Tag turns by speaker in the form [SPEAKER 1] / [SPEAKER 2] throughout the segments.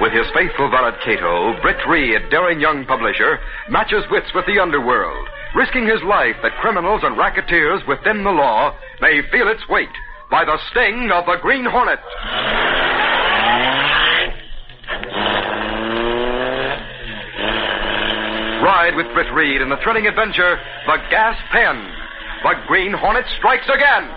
[SPEAKER 1] With his faithful valet Cato, Britt Reed, daring young publisher, matches wits with the underworld, risking his life that criminals and racketeers within the law may feel its weight by the sting of the Green Hornet. Ride with Britt Reed in the thrilling adventure, The Gas Pen. The Green Hornet strikes again.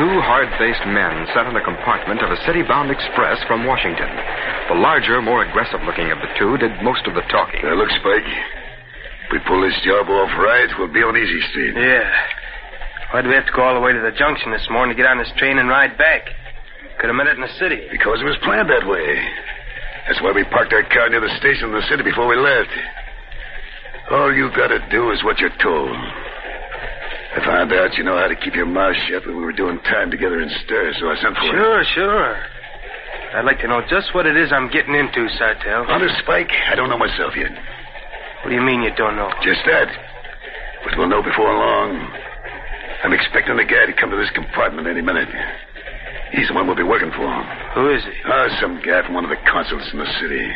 [SPEAKER 1] Two hard faced men sat in a compartment of a city bound express from Washington. The larger, more aggressive looking of the two did most of the talking.
[SPEAKER 2] Now, look, Spike. If we pull this job off right, we'll be on easy street.
[SPEAKER 3] Yeah. Why'd we have to go all the way to the junction this morning to get on this train and ride back? Could have met it in the city.
[SPEAKER 2] Because it was planned that way. That's why we parked our car near the station in the city before we left. All you gotta do is what you're told. I found out you know how to keep your mouth shut when we were doing time together in stir, so I sent for you.
[SPEAKER 3] Sure, sure. I'd like to know just what it is I'm getting into, Sartell.
[SPEAKER 2] Honest, Spike, I don't know myself yet.
[SPEAKER 3] What do you mean you don't know?
[SPEAKER 2] Just that. But we'll know before long. I'm expecting the guy to come to this compartment any minute. He's the one we'll be working for.
[SPEAKER 3] Who is he?
[SPEAKER 2] Oh, some guy from one of the consulates in the city.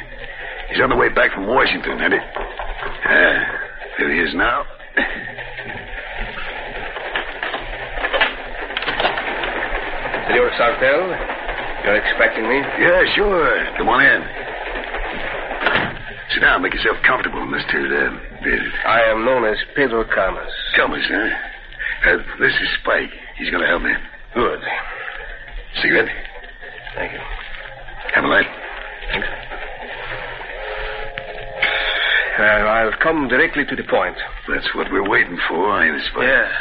[SPEAKER 2] He's on the way back from Washington, and it. Ah, there he is now.
[SPEAKER 3] Senor Sartell, you're expecting me?
[SPEAKER 2] Yeah, sure. Come on in. Sit down, make yourself comfortable, Mr. Uh, Pedro.
[SPEAKER 3] I am known as Pedro Camas.
[SPEAKER 2] Thomas, huh? Uh, this is Spike. He's going to help me.
[SPEAKER 3] Good.
[SPEAKER 2] Cigarette?
[SPEAKER 3] Thank you.
[SPEAKER 2] Have a light.
[SPEAKER 3] Well, Uh, I'll come directly to the point.
[SPEAKER 2] That's what we're waiting for, ain't it, Spike?
[SPEAKER 3] Yeah.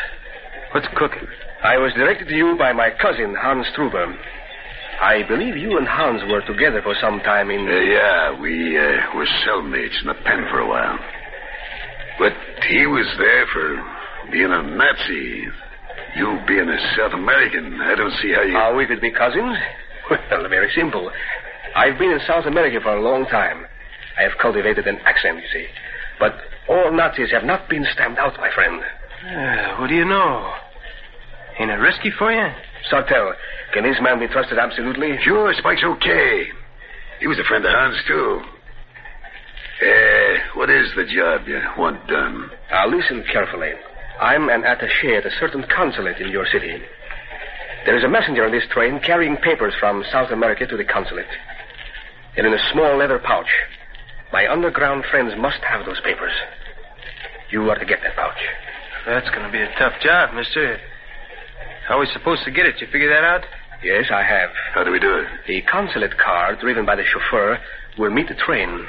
[SPEAKER 3] What's cooking? I was directed to you by my cousin, Hans Truber. I believe you and Hans were together for some time in.
[SPEAKER 2] Uh, yeah, we uh, were cellmates in the pen for a while. But he was there for being a Nazi. You being a South American, I don't see how you.
[SPEAKER 3] How we could be cousins? Well, very simple. I've been in South America for a long time. I have cultivated an accent, you see. But all Nazis have not been stamped out, my friend. Uh, what do you know? Ain't it risky for you? Sartell, can this man be trusted absolutely?
[SPEAKER 2] Sure, Spike's okay. He was a friend of Hans, too. Uh, what is the job you want done?
[SPEAKER 3] Now, listen carefully. I'm an attaché at a certain consulate in your city. There is a messenger on this train carrying papers from South America to the consulate. They're in a small leather pouch. My underground friends must have those papers. You are to get that pouch. That's going to be a tough job, mister. How are we supposed to get it? You figure that out? Yes, I have.
[SPEAKER 2] How do we do it?
[SPEAKER 3] The consulate car, driven by the chauffeur, will meet the train.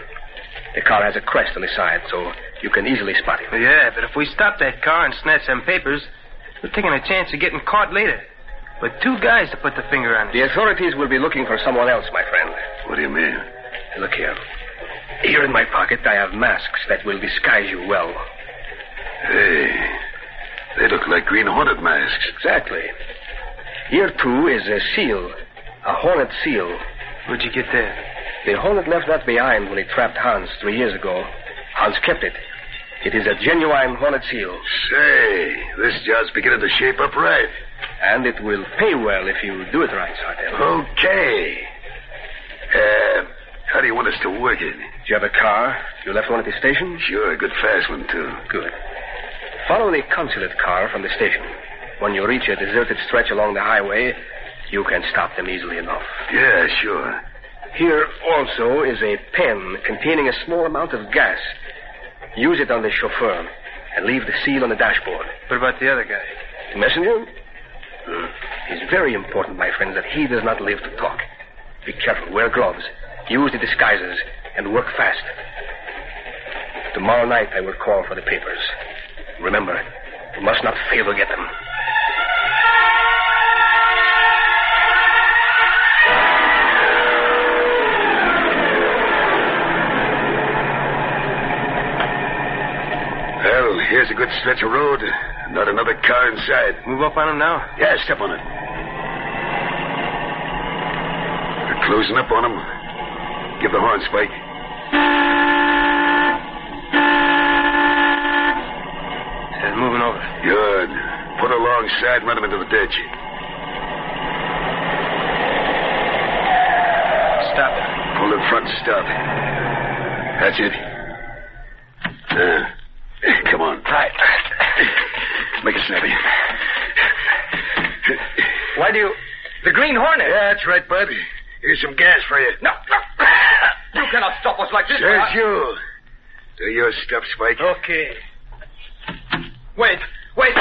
[SPEAKER 3] The car has a crest on the side, so you can easily spot it.
[SPEAKER 4] Yeah, but if we stop that car and snatch some papers, we're taking a chance of getting caught later. With two guys to put the finger on it.
[SPEAKER 3] The authorities will be looking for someone else, my friend.
[SPEAKER 2] What do you mean?
[SPEAKER 3] Look here. Here in my pocket, I have masks that will disguise you well.
[SPEAKER 2] Hey, they look like green hornet masks.
[SPEAKER 3] Exactly. Here, too, is a seal, a hornet seal.
[SPEAKER 4] Where'd you get that?
[SPEAKER 3] The hornet left that behind when he trapped Hans three years ago. Hans kept it. It is a genuine hornet seal,
[SPEAKER 2] Say, this job's beginning to shape up right.
[SPEAKER 3] and it will pay well if you do it right, Sartell.
[SPEAKER 2] Oh. Okay. Uh, how do you want us to work it?
[SPEAKER 3] Do you have a car? You left one at the station?
[SPEAKER 2] Sure, a good fast one, too.
[SPEAKER 3] Good. Follow the consulate car from the station. When you reach a deserted stretch along the highway, you can stop them easily enough.
[SPEAKER 5] Yeah, sure.
[SPEAKER 3] Here also is a pen containing a small amount of gas. Use it on the chauffeur and leave the seal on the dashboard.
[SPEAKER 6] What about the other guy?
[SPEAKER 3] The messenger? Hmm. It's very important, my friends, that he does not live to talk. Be careful, wear gloves, use the disguises, and work fast. Tomorrow night I will call for the papers. Remember, you must not fail to get them.
[SPEAKER 5] Well, here's a good stretch of road. Not another car in sight.
[SPEAKER 6] Move up on him now?
[SPEAKER 5] Yeah, step on it. They're closing up on him. Give the horn, Spike.
[SPEAKER 6] He's moving over.
[SPEAKER 5] Good. Put alongside and run him into the ditch.
[SPEAKER 6] Stop.
[SPEAKER 5] Pull the front stop. That's it. Uh, come on. Try Make it snappy.
[SPEAKER 6] Why do you. The Green Hornet!
[SPEAKER 5] Yeah, that's right, bud. Here's some gas for you.
[SPEAKER 6] No, no. You cannot stop us like this.
[SPEAKER 2] uh,
[SPEAKER 5] There's you. Do your stuff, Spike.
[SPEAKER 2] Oh.
[SPEAKER 6] Okay. Wait, wait.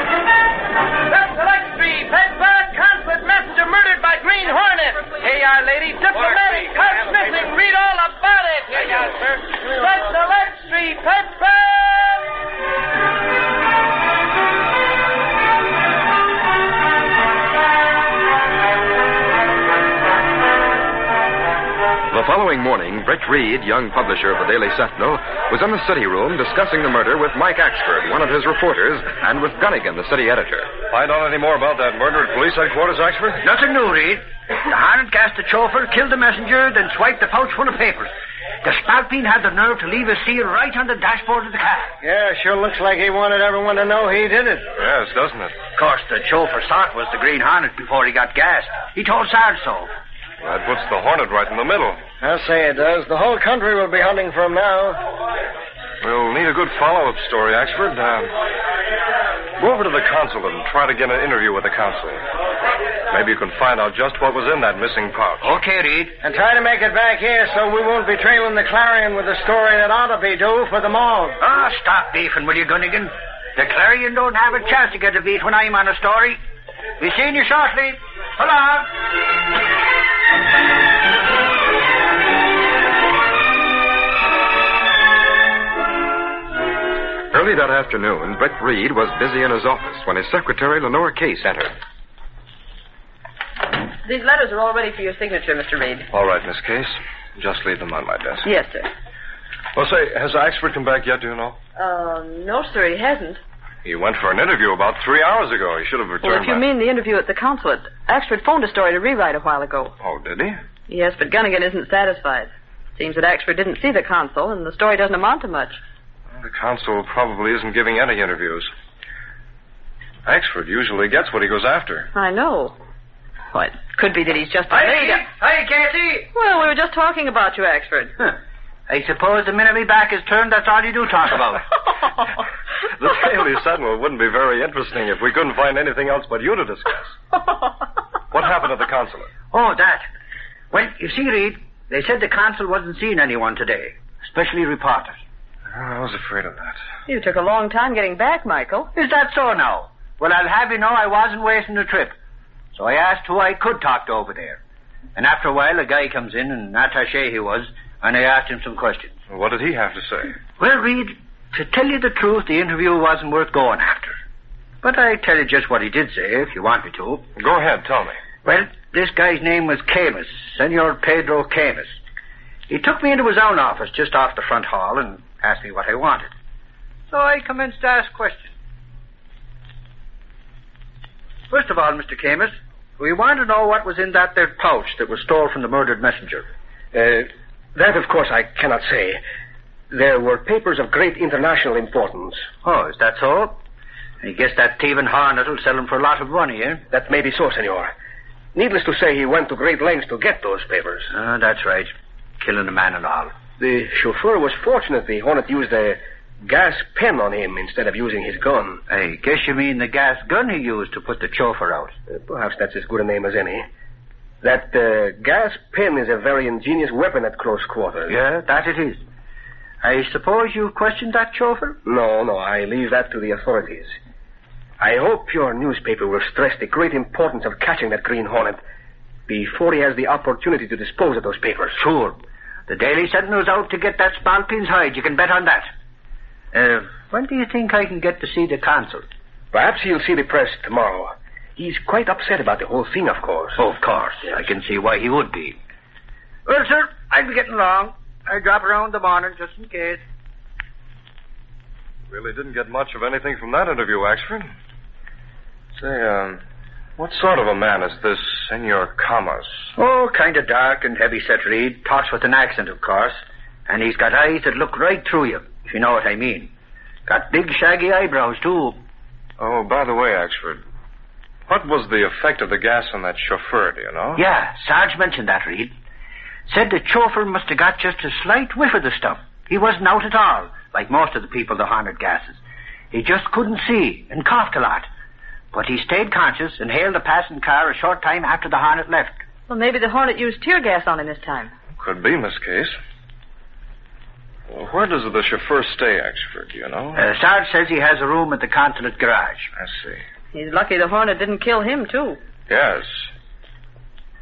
[SPEAKER 1] That's Alexei, Bedbug, conflict messenger murdered by Green Hornet. AR lady, diplomatic, house missing. Read all about it. That's Alexei, Bedbug.
[SPEAKER 2] The following morning, Britt Reed, young publisher of the Daily Sentinel, was in the city room discussing the murder with Mike Axford, one of his reporters, and with Gunnigan, the city editor. Find out any more about that murder at police headquarters, Axford?
[SPEAKER 6] Nothing new, Reed. The Hornet gassed the chauffeur, killed the messenger, then swiped the pouch full of papers. The spalpeen had the nerve to leave a seal right on the dashboard of the car. Yeah, sure looks like he wanted everyone to know he did it.
[SPEAKER 2] Yes, doesn't it?
[SPEAKER 6] Of course, the chauffeur thought it was the Green Hornet before he got gassed. He told Sarge so.
[SPEAKER 2] That puts the Hornet right in the middle.
[SPEAKER 6] I'll say it does. The whole country will be hunting for him now.
[SPEAKER 2] We'll need a good follow-up story, Axford. Uh, go over to the consulate and try to get an interview with the consul. Maybe you can find out just what was in that missing pouch.
[SPEAKER 6] Okay, Reed.
[SPEAKER 7] And try to make it back here so we won't be trailing the Clarion with a story that ought to be due for them all.
[SPEAKER 6] Ah, stop beefing, will you, Gunnigan? The Clarion don't have a chance to get a beat when I'm on a story. Be seeing you shortly. So long.
[SPEAKER 2] Early that afternoon, Britt Reed was busy in his office when his secretary, Lenora Case, entered.
[SPEAKER 8] These letters are all ready for your signature, Mr. Reed.
[SPEAKER 2] All right, Miss Case. Just leave them on my desk.
[SPEAKER 8] Yes, sir.
[SPEAKER 2] Well, say, has Axford come back yet, do you know?
[SPEAKER 8] Uh, no, sir, he hasn't.
[SPEAKER 2] He went for an interview about three hours ago. He should have returned
[SPEAKER 8] Well, if you
[SPEAKER 2] by-
[SPEAKER 8] mean the interview at the consulate, Axford phoned a story to rewrite a while ago.
[SPEAKER 2] Oh, did he?
[SPEAKER 8] Yes, but Gunnigan isn't satisfied. Seems that Axford didn't see the consul, and the story doesn't amount to much.
[SPEAKER 2] Well, The consul probably isn't giving any interviews. Axford usually gets what he goes after.
[SPEAKER 8] I know. Well, it could be that he's just afraid of-
[SPEAKER 6] Hey, Cassie.
[SPEAKER 8] Well, we were just talking about you, Axford.
[SPEAKER 6] I suppose the minute me back is turned, that's all you do talk about.
[SPEAKER 2] The Daily Sentinel wouldn't be very interesting if we couldn't find anything else but you to discuss. What happened at the consulate?
[SPEAKER 6] oh, that. Well, you see, Reed, they said the consul wasn't seeing anyone today, especially reporters.
[SPEAKER 2] I was afraid of that.
[SPEAKER 8] you took a long time getting back, Michael.
[SPEAKER 6] Is that so now? Well, I'll have you know I wasn't wasting the trip. So I asked who I could talk to over there. And after a while, a guy comes in, an attaché he was, and I asked him some questions.
[SPEAKER 2] What did he have to say?
[SPEAKER 6] Well, Reed, to tell you the truth, the interview wasn't worth going after. But I tell you just what he did say, if you want me to.
[SPEAKER 2] Go ahead, tell me.
[SPEAKER 6] Well, this guy's name was Camus, Senor Pedro Camus. He took me into his own office just off the front hall and asked me what I wanted. So I commenced to ask questions. First of all, Mr. Camus, we want to know what was in that there pouch that was stole from the murdered messenger.
[SPEAKER 3] Uh, that, of course, I cannot say. There were papers of great international importance.
[SPEAKER 6] Oh, is that so? I guess that thieving Hornet will sell him for a lot of money, eh?
[SPEAKER 3] That may be so, senor. Needless to say, he went to great lengths to get those papers.
[SPEAKER 6] Ah, that's right. Killing a man and all.
[SPEAKER 3] The chauffeur was fortunate the Hornet used a gas pen on him instead of using his gun.
[SPEAKER 6] I guess you mean the gas gun he used to put the chauffeur out.
[SPEAKER 3] Uh, Perhaps that's as good a name as any. That uh, gas pen is a very ingenious weapon at close quarters.
[SPEAKER 6] Yeah, that it is. I suppose you questioned that chauffeur?
[SPEAKER 3] No, no, I leave that to the authorities. I hope your newspaper will stress the great importance of catching that Green Hornet before he has the opportunity to dispose of those papers.
[SPEAKER 6] Sure. The Daily Sentinel's out to get that Spalpeen's hide. You can bet on that. Uh, when do you think I can get to see the consul?
[SPEAKER 3] Perhaps he'll see the press tomorrow. He's quite upset about the whole thing, of course.
[SPEAKER 6] of course. I can see why he would be. Well, sir, I'll be getting along. I'll drop around the morning just in case.
[SPEAKER 2] Really didn't get much of anything from that interview, Axford. Say, um, what sort of a man is this Senor Camas?
[SPEAKER 6] Oh, kind of dark and heavy set Reed. Talks with an accent, of course. And he's got eyes that look right through you, if you know what I mean. Got big, shaggy eyebrows, too.
[SPEAKER 2] Oh, by the way, Axford, what was the effect of the gas on that chauffeur, do you know?
[SPEAKER 6] Yeah, Sarge mentioned that, Reed. Said the chauffeur must have got just a slight whiff of the stuff. He wasn't out at all, like most of the people the Hornet gases. He just couldn't see and coughed a lot. But he stayed conscious and hailed a passing car a short time after the Hornet left.
[SPEAKER 8] Well, maybe the Hornet used tear gas on him this time.
[SPEAKER 2] Could be, Miss Case. Well, where does the chauffeur stay, Axford, do you know?
[SPEAKER 6] Uh, Sarge says he has a room at the consulate garage.
[SPEAKER 2] I see.
[SPEAKER 8] He's lucky the Hornet didn't kill him, too.
[SPEAKER 2] Yes.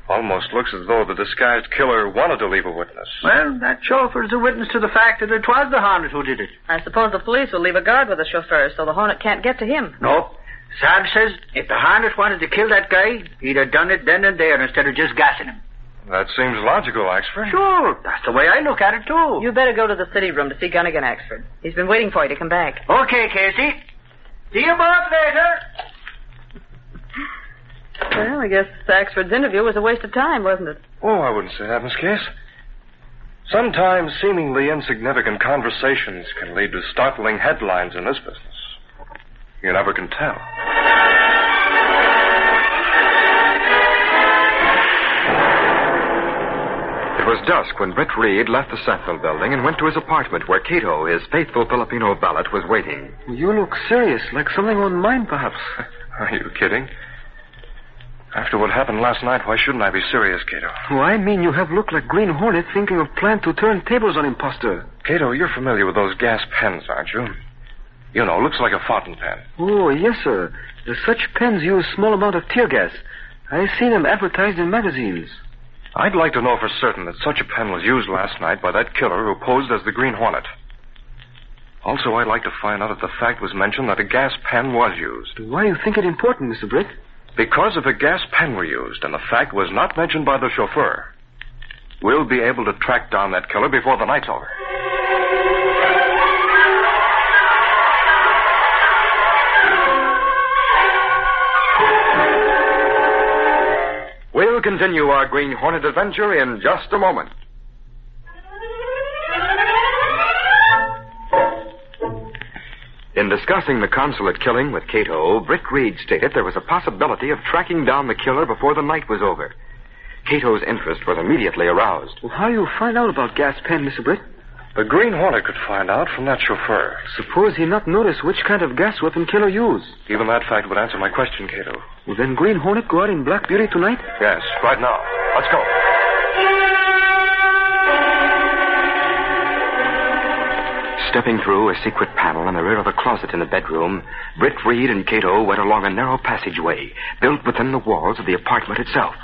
[SPEAKER 2] Almost looks as though the disguised killer wanted to leave a witness.
[SPEAKER 6] Well, that chauffeur's a witness to the fact that it was the Hornet who did it.
[SPEAKER 8] I suppose the police will leave a guard with the chauffeur so the Hornet can't get to him.
[SPEAKER 6] No. Sarge says if the Hornet wanted to kill that guy, he'd have done it then and there instead of just gassing him.
[SPEAKER 2] That seems logical, Axford.
[SPEAKER 6] Sure, that's the way I look at it, too.
[SPEAKER 8] You better go to the city room to see Gunnigan Axford. He's been waiting for you to come back.
[SPEAKER 6] Okay, Casey. See you both later.
[SPEAKER 8] Well, I guess Axford's interview was a waste of time, wasn't it?
[SPEAKER 2] Oh, I wouldn't say that, Miss Case. Sometimes seemingly insignificant conversations can lead to startling headlines in this business. You never can tell.
[SPEAKER 9] It was dusk when Britt Reed left the Sentinel building and went to his apartment where Cato, his faithful Filipino valet, was waiting.
[SPEAKER 10] You look serious, like something on mind, perhaps.
[SPEAKER 2] Are you kidding? After what happened last night, why shouldn't I be serious, Cato?
[SPEAKER 10] Oh, I mean you have looked like Green Hornet thinking of plan to turn tables on imposter.
[SPEAKER 2] Cato, you're familiar with those gas pens, aren't you? You know, looks like a fountain pen.
[SPEAKER 10] Oh, yes, sir. Such pens use small amount of tear gas. I've seen them advertised in magazines.
[SPEAKER 2] I'd like to know for certain that such a pen was used last night by that killer who posed as the Green Hornet. Also, I'd like to find out if the fact was mentioned that a gas pen was used.
[SPEAKER 10] Why you think it important, Mr. Britt?
[SPEAKER 2] Because if a gas pen were used and the fact was not mentioned by the chauffeur, we'll be able to track down that killer before the night's over.
[SPEAKER 9] We'll continue our Green Hornet adventure in just a moment. In discussing the consulate killing with Cato, Britt Reed stated there was a possibility of tracking down the killer before the night was over. Cato's interest was immediately aroused.
[SPEAKER 10] Well, how you find out about gas pen, Mr. Britt?
[SPEAKER 2] The Green Hornet could find out from that chauffeur.
[SPEAKER 10] Suppose he not notice which kind of gas weapon killer use.
[SPEAKER 2] Even that fact would answer my question, Cato.
[SPEAKER 10] Will then Green Hornet go out in Black Beauty tonight?
[SPEAKER 2] Yes, right now. Let's go.
[SPEAKER 9] Stepping through a secret panel in the rear of a closet in the bedroom, Britt Reed and Cato went along a narrow passageway built within the walls of the apartment itself.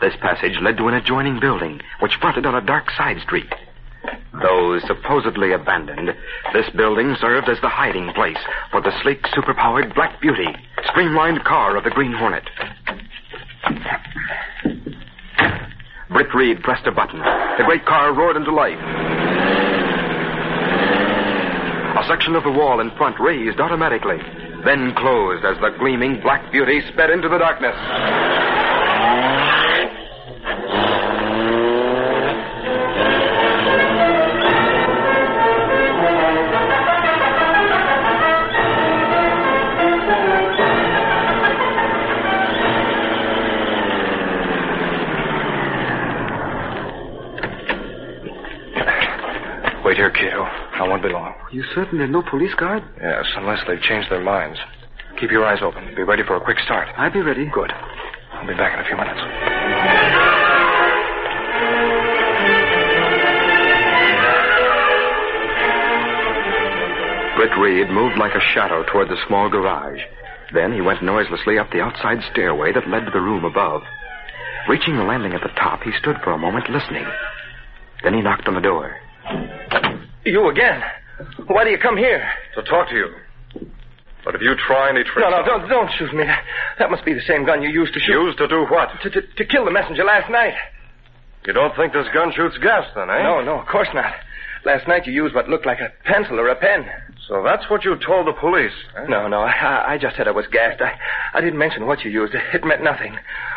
[SPEAKER 9] This passage led to an adjoining building, which fronted on a dark side street. Though supposedly abandoned, this building served as the hiding place for the sleek, superpowered Black Beauty, streamlined car of the Green Hornet. Britt Reed pressed a button. The great car roared into life. A section of the wall in front raised automatically, then closed as the gleaming Black Beauty sped into the darkness.
[SPEAKER 2] Wait here, Cato. I won't be long.
[SPEAKER 11] You certain there's no police guard?
[SPEAKER 2] Yes, unless they've changed their minds. Keep your eyes open. Be ready for a quick start.
[SPEAKER 11] I'll be ready.
[SPEAKER 2] Good. I'll be back in a few minutes.
[SPEAKER 9] Britt Reed moved like a shadow toward the small garage. Then he went noiselessly up the outside stairway that led to the room above. Reaching the landing at the top, he stood for a moment listening. Then he knocked on the door.
[SPEAKER 3] You again? Why do you come here?
[SPEAKER 2] To talk to you. But if you try any tricks.
[SPEAKER 3] No, no, don't, don't shoot me. That must be the same gun you used to shoot.
[SPEAKER 2] Used to do what?
[SPEAKER 3] To, to, to kill the messenger last night.
[SPEAKER 2] You don't think this gun shoots gas, then, eh?
[SPEAKER 3] No, no, of course not. Last night you used what looked like a pencil or a pen.
[SPEAKER 2] So that's what you told the police. eh?
[SPEAKER 3] No, no, I, I just said I was gassed. I, I didn't mention what you used. It meant nothing.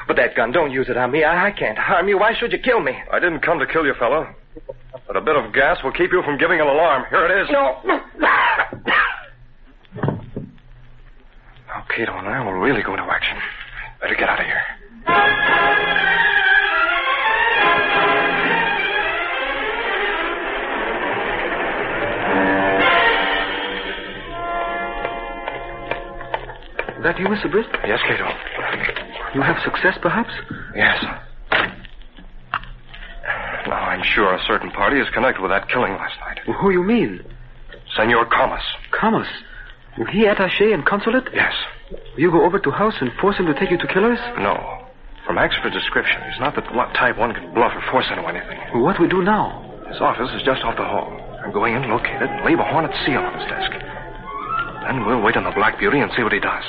[SPEAKER 3] But that gun, don't use it on me. I, I can't harm you. Why should you kill me?
[SPEAKER 2] I didn't come to kill you, fellow. But a bit of gas will keep you from giving an alarm. Here it is.
[SPEAKER 3] No.
[SPEAKER 2] Now, Cato and I will really go into action. Better get out of here.
[SPEAKER 11] That you, Mr. Britt?
[SPEAKER 2] Yes, Cato.
[SPEAKER 11] You have success, perhaps?
[SPEAKER 2] Yes. Now, I'm sure a certain party is connected with that killing last night.
[SPEAKER 11] Who you mean?
[SPEAKER 2] Senor Comas.
[SPEAKER 11] Camus. He attaché and consulate?
[SPEAKER 2] Yes.
[SPEAKER 11] You go over to house and force him to take you to killers?
[SPEAKER 2] No. From Axford's description, it's not that what type one can bluff or force into anything.
[SPEAKER 11] What we do now?
[SPEAKER 2] His office is just off the hall. I'm going in, locate it, and leave a hornet seal on his desk. Then we'll wait on the Black Beauty and see what he does.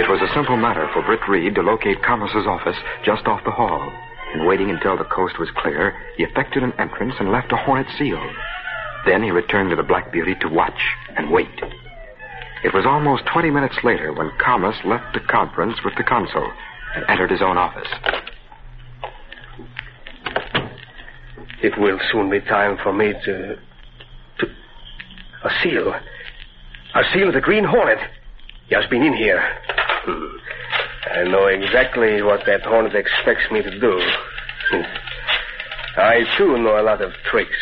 [SPEAKER 9] It was a simple matter for Britt Reed to locate Commerce's office just off the hall, and waiting until the coast was clear, he effected an entrance and left a hornet seal. Then he returned to the Black Beauty to watch and wait. It was almost 20 minutes later when Commerce left the conference with the consul and entered his own office.
[SPEAKER 3] It will soon be time for me to. to. A seal. A seal of the Green Hornet. He has been in here. Hmm. I know exactly what that hornet expects me to do. Hmm. I, too, know a lot of tricks.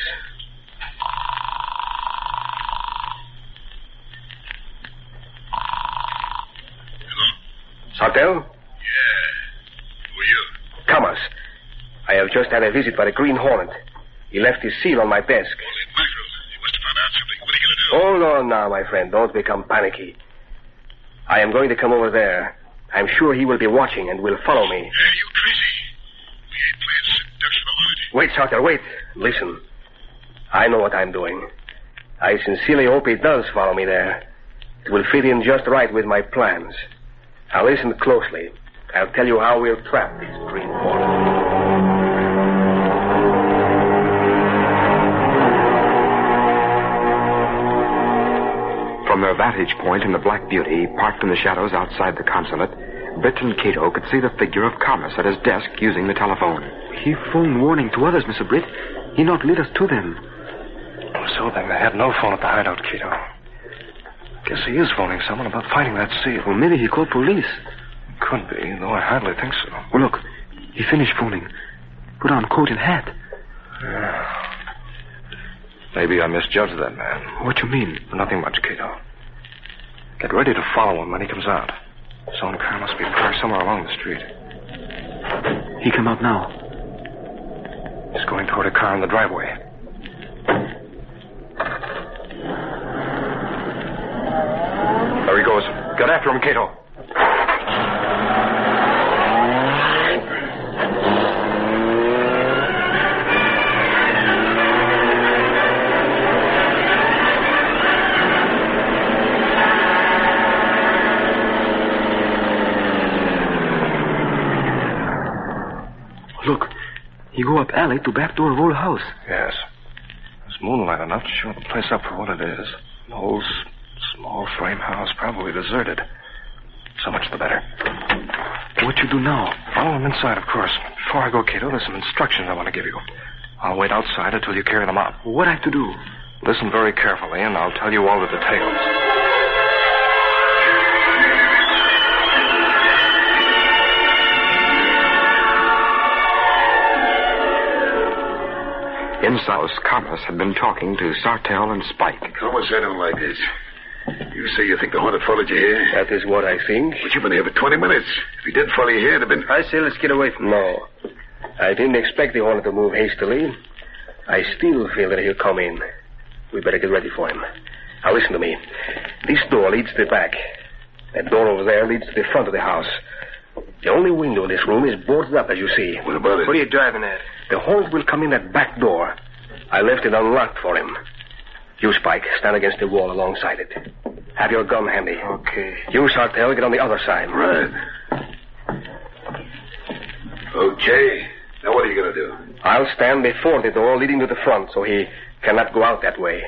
[SPEAKER 3] Sartell?
[SPEAKER 12] Who you?
[SPEAKER 3] Camas. I have just had a visit by the Green Hornet. He left his seal on my desk.
[SPEAKER 12] Holy mackerel. You must have found out something. What are you going to do?
[SPEAKER 3] Hold on now, my friend. Don't become panicky. I am going to come over there. I'm sure he will be watching and will follow me.
[SPEAKER 9] Oh.
[SPEAKER 12] Hey, you crazy. We ain't playing seduction alone.
[SPEAKER 3] Wait, Sartre, wait. Listen. I know what I'm doing. I sincerely hope he does follow me there. It will fit in just right with my plans. Now listen closely. I'll tell you how we'll trap this green hornet.
[SPEAKER 9] From their vantage point in the Black Beauty, parked in the shadows outside the consulate, Britt and Cato could see the figure of Commerce at his desk using the telephone.
[SPEAKER 11] He phoned warning to others, Mr. Britt. He not lead us to them.
[SPEAKER 2] So then they had no phone at the hideout, Cato. Guess he is phoning someone about finding that seal.
[SPEAKER 11] Or maybe he called police.
[SPEAKER 2] Could be, though I hardly think so.
[SPEAKER 11] Well, look, he finished phoning. Put on coat and hat.
[SPEAKER 2] Maybe I misjudged that man.
[SPEAKER 11] What you mean?
[SPEAKER 2] Nothing much, Cato. Get ready to follow him when he comes out. His own car must be parked somewhere along the street.
[SPEAKER 11] He come out now.
[SPEAKER 2] He's going toward a car in the driveway. There he goes. Get after him, Cato.
[SPEAKER 11] Look, he go up alley to back door of old house.
[SPEAKER 2] Yes. There's moonlight enough to show the place up for what it is. An old, s- small frame house, probably deserted. So much the better.
[SPEAKER 11] What you do now?
[SPEAKER 2] Follow him inside, of course. Before I go, Cato, there's some instructions I want to give you. I'll wait outside until you carry them out.
[SPEAKER 11] What I to do?
[SPEAKER 2] Listen very carefully, and I'll tell you all the details. Jim South, Commerce, had been talking to Sartell and Spike.
[SPEAKER 12] Thomas, I don't like this. You say you think the haunted followed you here?
[SPEAKER 3] That is what I think.
[SPEAKER 12] But you've been here for 20 minutes. If he did follow you here, it'd have been.
[SPEAKER 3] I say let's get away from No. I didn't expect the Hornet to move hastily. I still feel that he'll come in. We better get ready for him. Now listen to me. This door leads to the back. That door over there leads to the front of the house. The only window in this room is boarded up, as you see.
[SPEAKER 12] What about it?
[SPEAKER 3] What are you driving at? The Hornet will come in that back door. I left it unlocked for him. You, Spike, stand against the wall alongside it. Have your gun handy. Okay. You, Sartell, get on the other side.
[SPEAKER 12] Right. Okay. Now what are you going to do?
[SPEAKER 3] I'll stand before the door leading to the front so he cannot go out that way.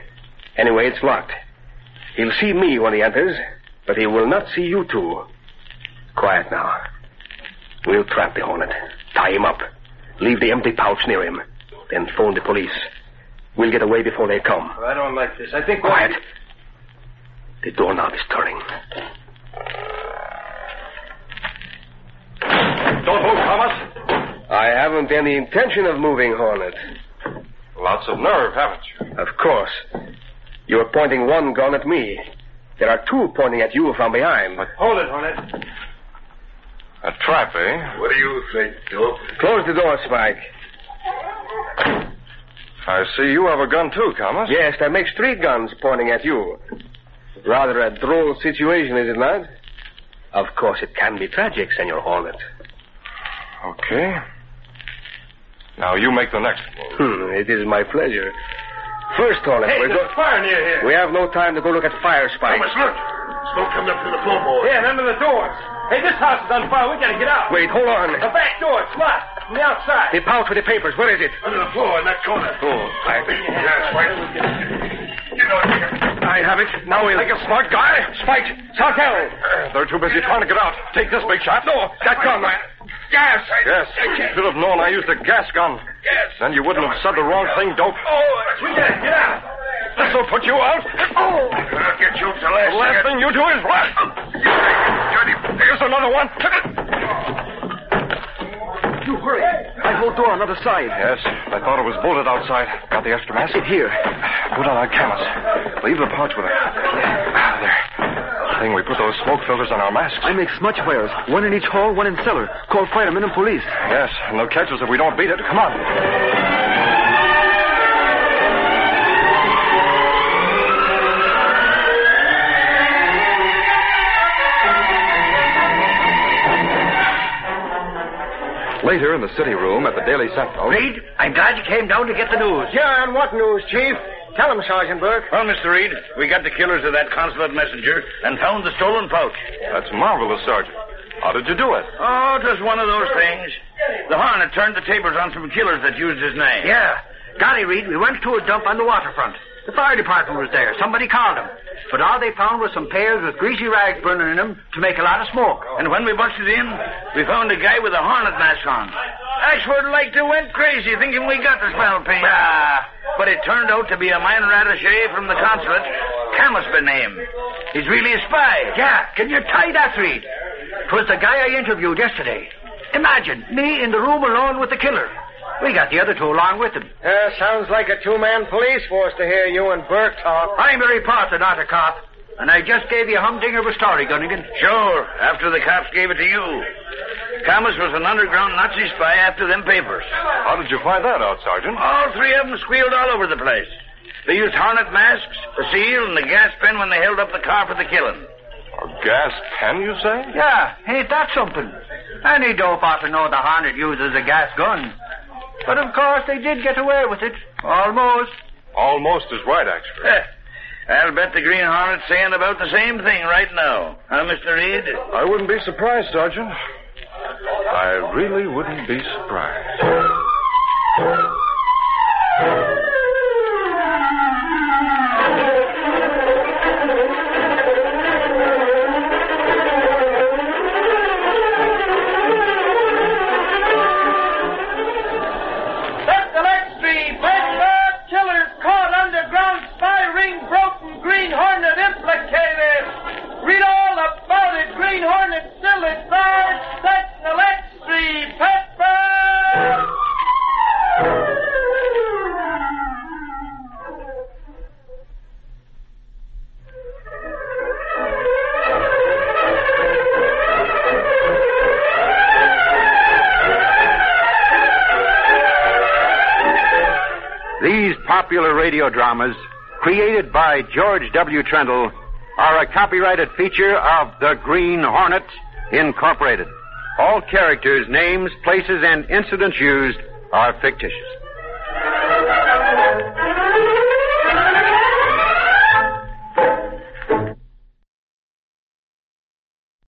[SPEAKER 3] Anyway, it's locked. He'll see me when he enters, but he will not see you two. Quiet now. We'll trap the hornet, tie him up, leave the empty pouch near him, then phone the police. We'll get away before they come.
[SPEAKER 6] Oh, I don't like this. I think.
[SPEAKER 3] Quiet. The doorknob is turning.
[SPEAKER 2] Don't move, Thomas.
[SPEAKER 3] I haven't any intention of moving, Hornet.
[SPEAKER 2] Lots of nerve, haven't you?
[SPEAKER 3] Of course. You're pointing one gun at me. There are two pointing at you from behind.
[SPEAKER 6] Hold it, Hornet.
[SPEAKER 2] A trap, eh?
[SPEAKER 12] What do you think, Dope?
[SPEAKER 3] Close the door, Spike.
[SPEAKER 2] I see you have a gun too, Thomas.
[SPEAKER 3] Yes, that makes three guns pointing at you. Rather a droll situation, is it not? Of course, it can be tragic, Senor Hornet.
[SPEAKER 2] Okay. Now you make the next move.
[SPEAKER 3] Hmm, it is my pleasure. First, Hornet, we're go-
[SPEAKER 6] fire near here.
[SPEAKER 3] we have no time to go look at fire, Spike.
[SPEAKER 12] Thomas, look. Smoke coming up through the floorboard.
[SPEAKER 6] Yeah, and under the doors. Hey, this house is on fire. We gotta get out.
[SPEAKER 3] Wait, hold on.
[SPEAKER 6] The back door. It's locked. From the outside.
[SPEAKER 3] The pouch with the papers, where is it?
[SPEAKER 12] Under the floor in that corner.
[SPEAKER 3] Oh,
[SPEAKER 12] I... Yeah, Spike. You know it.
[SPEAKER 3] I have it. Now we'll...
[SPEAKER 2] Like a smart guy? Uh,
[SPEAKER 3] Spike, Sartell!
[SPEAKER 2] They're too busy trying to get out. Take this big shot. No,
[SPEAKER 3] That gun.
[SPEAKER 12] Gas. I...
[SPEAKER 2] Yes.
[SPEAKER 12] I
[SPEAKER 2] You
[SPEAKER 12] can't.
[SPEAKER 2] should have known I used a gas gun.
[SPEAKER 12] Yes.
[SPEAKER 2] Then you wouldn't have said the wrong thing, dope.
[SPEAKER 12] Oh, we got it. Get out.
[SPEAKER 2] This'll put you out.
[SPEAKER 12] Oh. I'll get you to last. Oh,
[SPEAKER 2] The last thing you do is run.
[SPEAKER 12] Johnny.
[SPEAKER 2] Here's another one.
[SPEAKER 11] You hurry. I hold door on the other side.
[SPEAKER 2] Yes, I thought it was bolted outside. Got the extra mask?
[SPEAKER 11] Sit here.
[SPEAKER 2] Put on our cameras. Leave the pouch with us. Ah, There. Thing we put those smoke filters on our masks.
[SPEAKER 11] I make smudge fires. One in each hall, one in cellar. Call firemen and police.
[SPEAKER 2] Yes, and they'll catch us if we don't beat it. Come on. Later in the city room at the Daily Sentinel.
[SPEAKER 6] Reed, I'm glad you came down to get the news.
[SPEAKER 10] Yeah, and what news, Chief? Tell him, Sergeant Burke.
[SPEAKER 13] Well, Mr. Reed, we got the killers of that consulate messenger and found the stolen pouch.
[SPEAKER 2] That's marvelous, Sergeant. How did you do it?
[SPEAKER 13] Oh, it was one of those things. The Hornet turned the tables on some killers that used his name.
[SPEAKER 6] Yeah. Golly, Reed, we went to a dump on the waterfront. The fire department was there. Somebody called them. But all they found was some pails with greasy rags burning in them to make a lot of smoke.
[SPEAKER 13] And when we busted in, we found a guy with a hornet mask on. Ashford like to went crazy thinking we got the smell paint. Ah, but it turned out to be a man rattaché from the consulate, Camus by name. He's really a spy.
[SPEAKER 6] Yeah, can you tie that, Reed? 'Twas the guy I interviewed yesterday. Imagine, me in the room alone with the killer. We got the other two along with him.
[SPEAKER 10] Uh, sounds like a two-man police force to hear you and Burke talk.
[SPEAKER 6] I'm a reporter, not a cop. And I just gave you a humdinger of a story, Gunnigan.
[SPEAKER 13] Sure, after the cops gave it to you. Camus was an underground Nazi spy after them papers.
[SPEAKER 2] How did you find that out, Sergeant?
[SPEAKER 13] All three of them squealed all over the place. They used hornet masks, the seal, and the gas pen when they held up the car for the killing.
[SPEAKER 2] A gas pen, you say?
[SPEAKER 6] Yeah, ain't that something? Any dope ought to know the Hornet uses a gas gun. But of course they did get away with it. Almost.
[SPEAKER 2] Almost is right, actually.
[SPEAKER 13] Heh. I'll bet the Green Hornet's saying about the same thing right now. Huh, Mr. Reed?
[SPEAKER 2] I wouldn't be surprised, Sergeant. I really wouldn't be surprised.
[SPEAKER 1] That's the Lexby, Bedbug killers caught underground spy ring broken, Green Hornet implicated. Read all about it, Green Hornet still at large. That's the Lexby, Bedbug.
[SPEAKER 6] These popular radio dramas, created by George W. Trendle, are a copyrighted feature of The Green Hornet, Incorporated. All characters, names, places, and incidents used are fictitious.